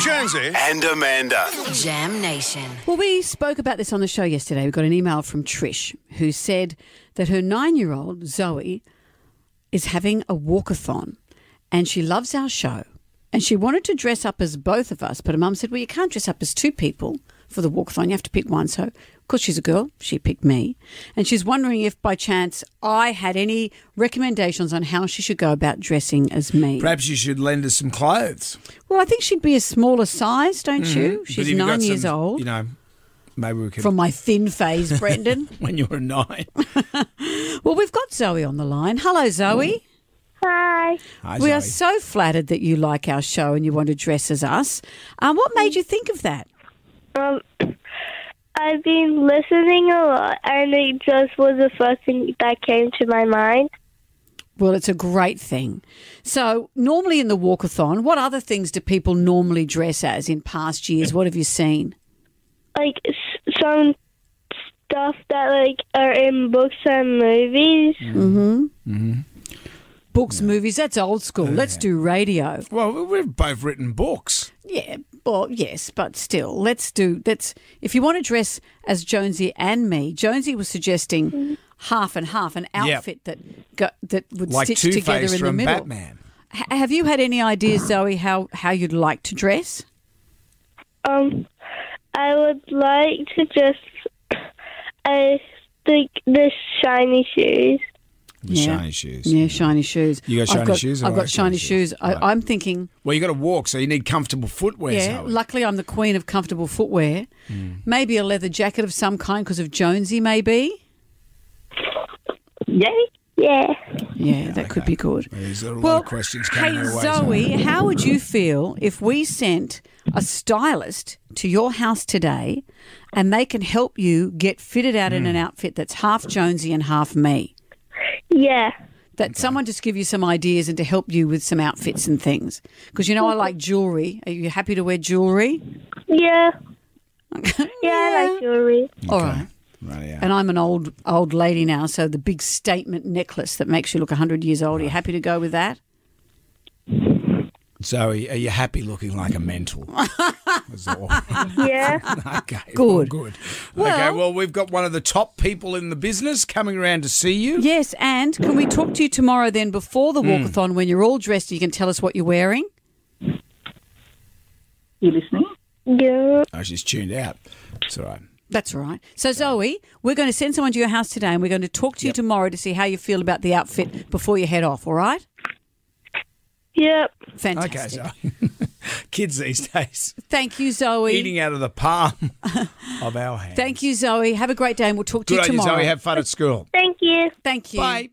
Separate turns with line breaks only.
Jonesy and Amanda.
Jam Nation.
Well, we spoke about this on the show yesterday. We got an email from Trish who said that her nine year old, Zoe, is having a walkathon and she loves our show. And she wanted to dress up as both of us, but her mum said, Well, you can't dress up as two people for the walkathon. You have to pick one. So, because she's a girl, she picked me. And she's wondering if by chance I had any recommendations on how she should go about dressing as me.
Perhaps you should lend us some clothes.
Well, I think she'd be a smaller size, don't you?
But if
She's
you've got
nine
some,
years old.
Mm-hmm. You know, maybe we could.
from my thin phase, Brendan.
when you were nine.
Well, we've got Zoe on the line. Hello, Zoe.
Hi.
Hi,
We are
Zoe.
so flattered that you like our show and you want to dress as us. Um, what made you think of that?
Um, I've been listening a lot, and it just was the first thing that came to my mind.
Well, it's a great thing. So, normally in the walkathon, what other things do people normally dress as in past years? What have you seen?
Like s- some stuff that like are in books and movies.
Books, movies, that's old school. Let's do radio.
Well, we- we've both written books.
Yeah, well, yes, but still, let's do let's if you want to dress as Jonesy and me. Jonesy was
Mm-hmm.
suggesting half and half an outfit that go, that would
Like
stitch
Two
together
Face
in the
from
middle.
Batman.
H- have you had any ideas, Zoe, how how you'd like to dress?
Um, I would like to just I think the shiny shoes.
The
Yeah.
shiny shoes.
Yeah, shiny shoes.
You got
I've
shiny
got,
shoes?
I've
I
got
like shiny
shiny shoes.
shoes.
I,
Right.
I'm thinking.
Well, you got to walk, so you need comfortable footwear.
Yeah,
Zoe. Hmm.
luckily I'm the queen of comfortable footwear. Maybe a leather jacket of some kind because of Jonesy, maybe.
Yay! Yeah.
Yeah, that could be good.
There's a lot
Well,
of questions
hey
coming our way.
Zoe, how would you feel if we sent a stylist to your house today and they can help you get fitted out in an
Hmm.
outfit that's half Jonesy and half me?
Yeah.
That someone just give you some ideas and to help you with some outfits and things. Because you know I like jewelry. Are you happy to wear jewelry?
Yeah. Yeah, I like jewelry.
All right.
Right, yeah.
And I'm an old old lady now, so the big statement necklace that makes you look 100 years old. Are you happy to go with that?
Zoe, are you happy looking like a mental? That's all.
Yeah.
okay, well,
Good.
good.
Well-
okay, well, we've got one of the top people in the business coming around to see you.
Yes, and can we talk to you tomorrow then before
Hmm.
the walkathon when you're all dressed? You can tell us what you're wearing.
You listening?
yeah.
Oh, she's tuned out. It's all right.
That's all right. So, Zoe, we're going to send someone to your house today and we're going to talk to you tomorrow to see how you feel about the outfit before you head off, all right?
Yep.
Fantastic.
Okay, Zoe. Kids these days
Thank you, Zoe.
eating out of the palm of our hand.
Thank you, Zoe. Have a great day and we'll talk to
Good
you
on you,
tomorrow.
Zoe. Have fun at school.
Thank you.
Thank you.
Bye.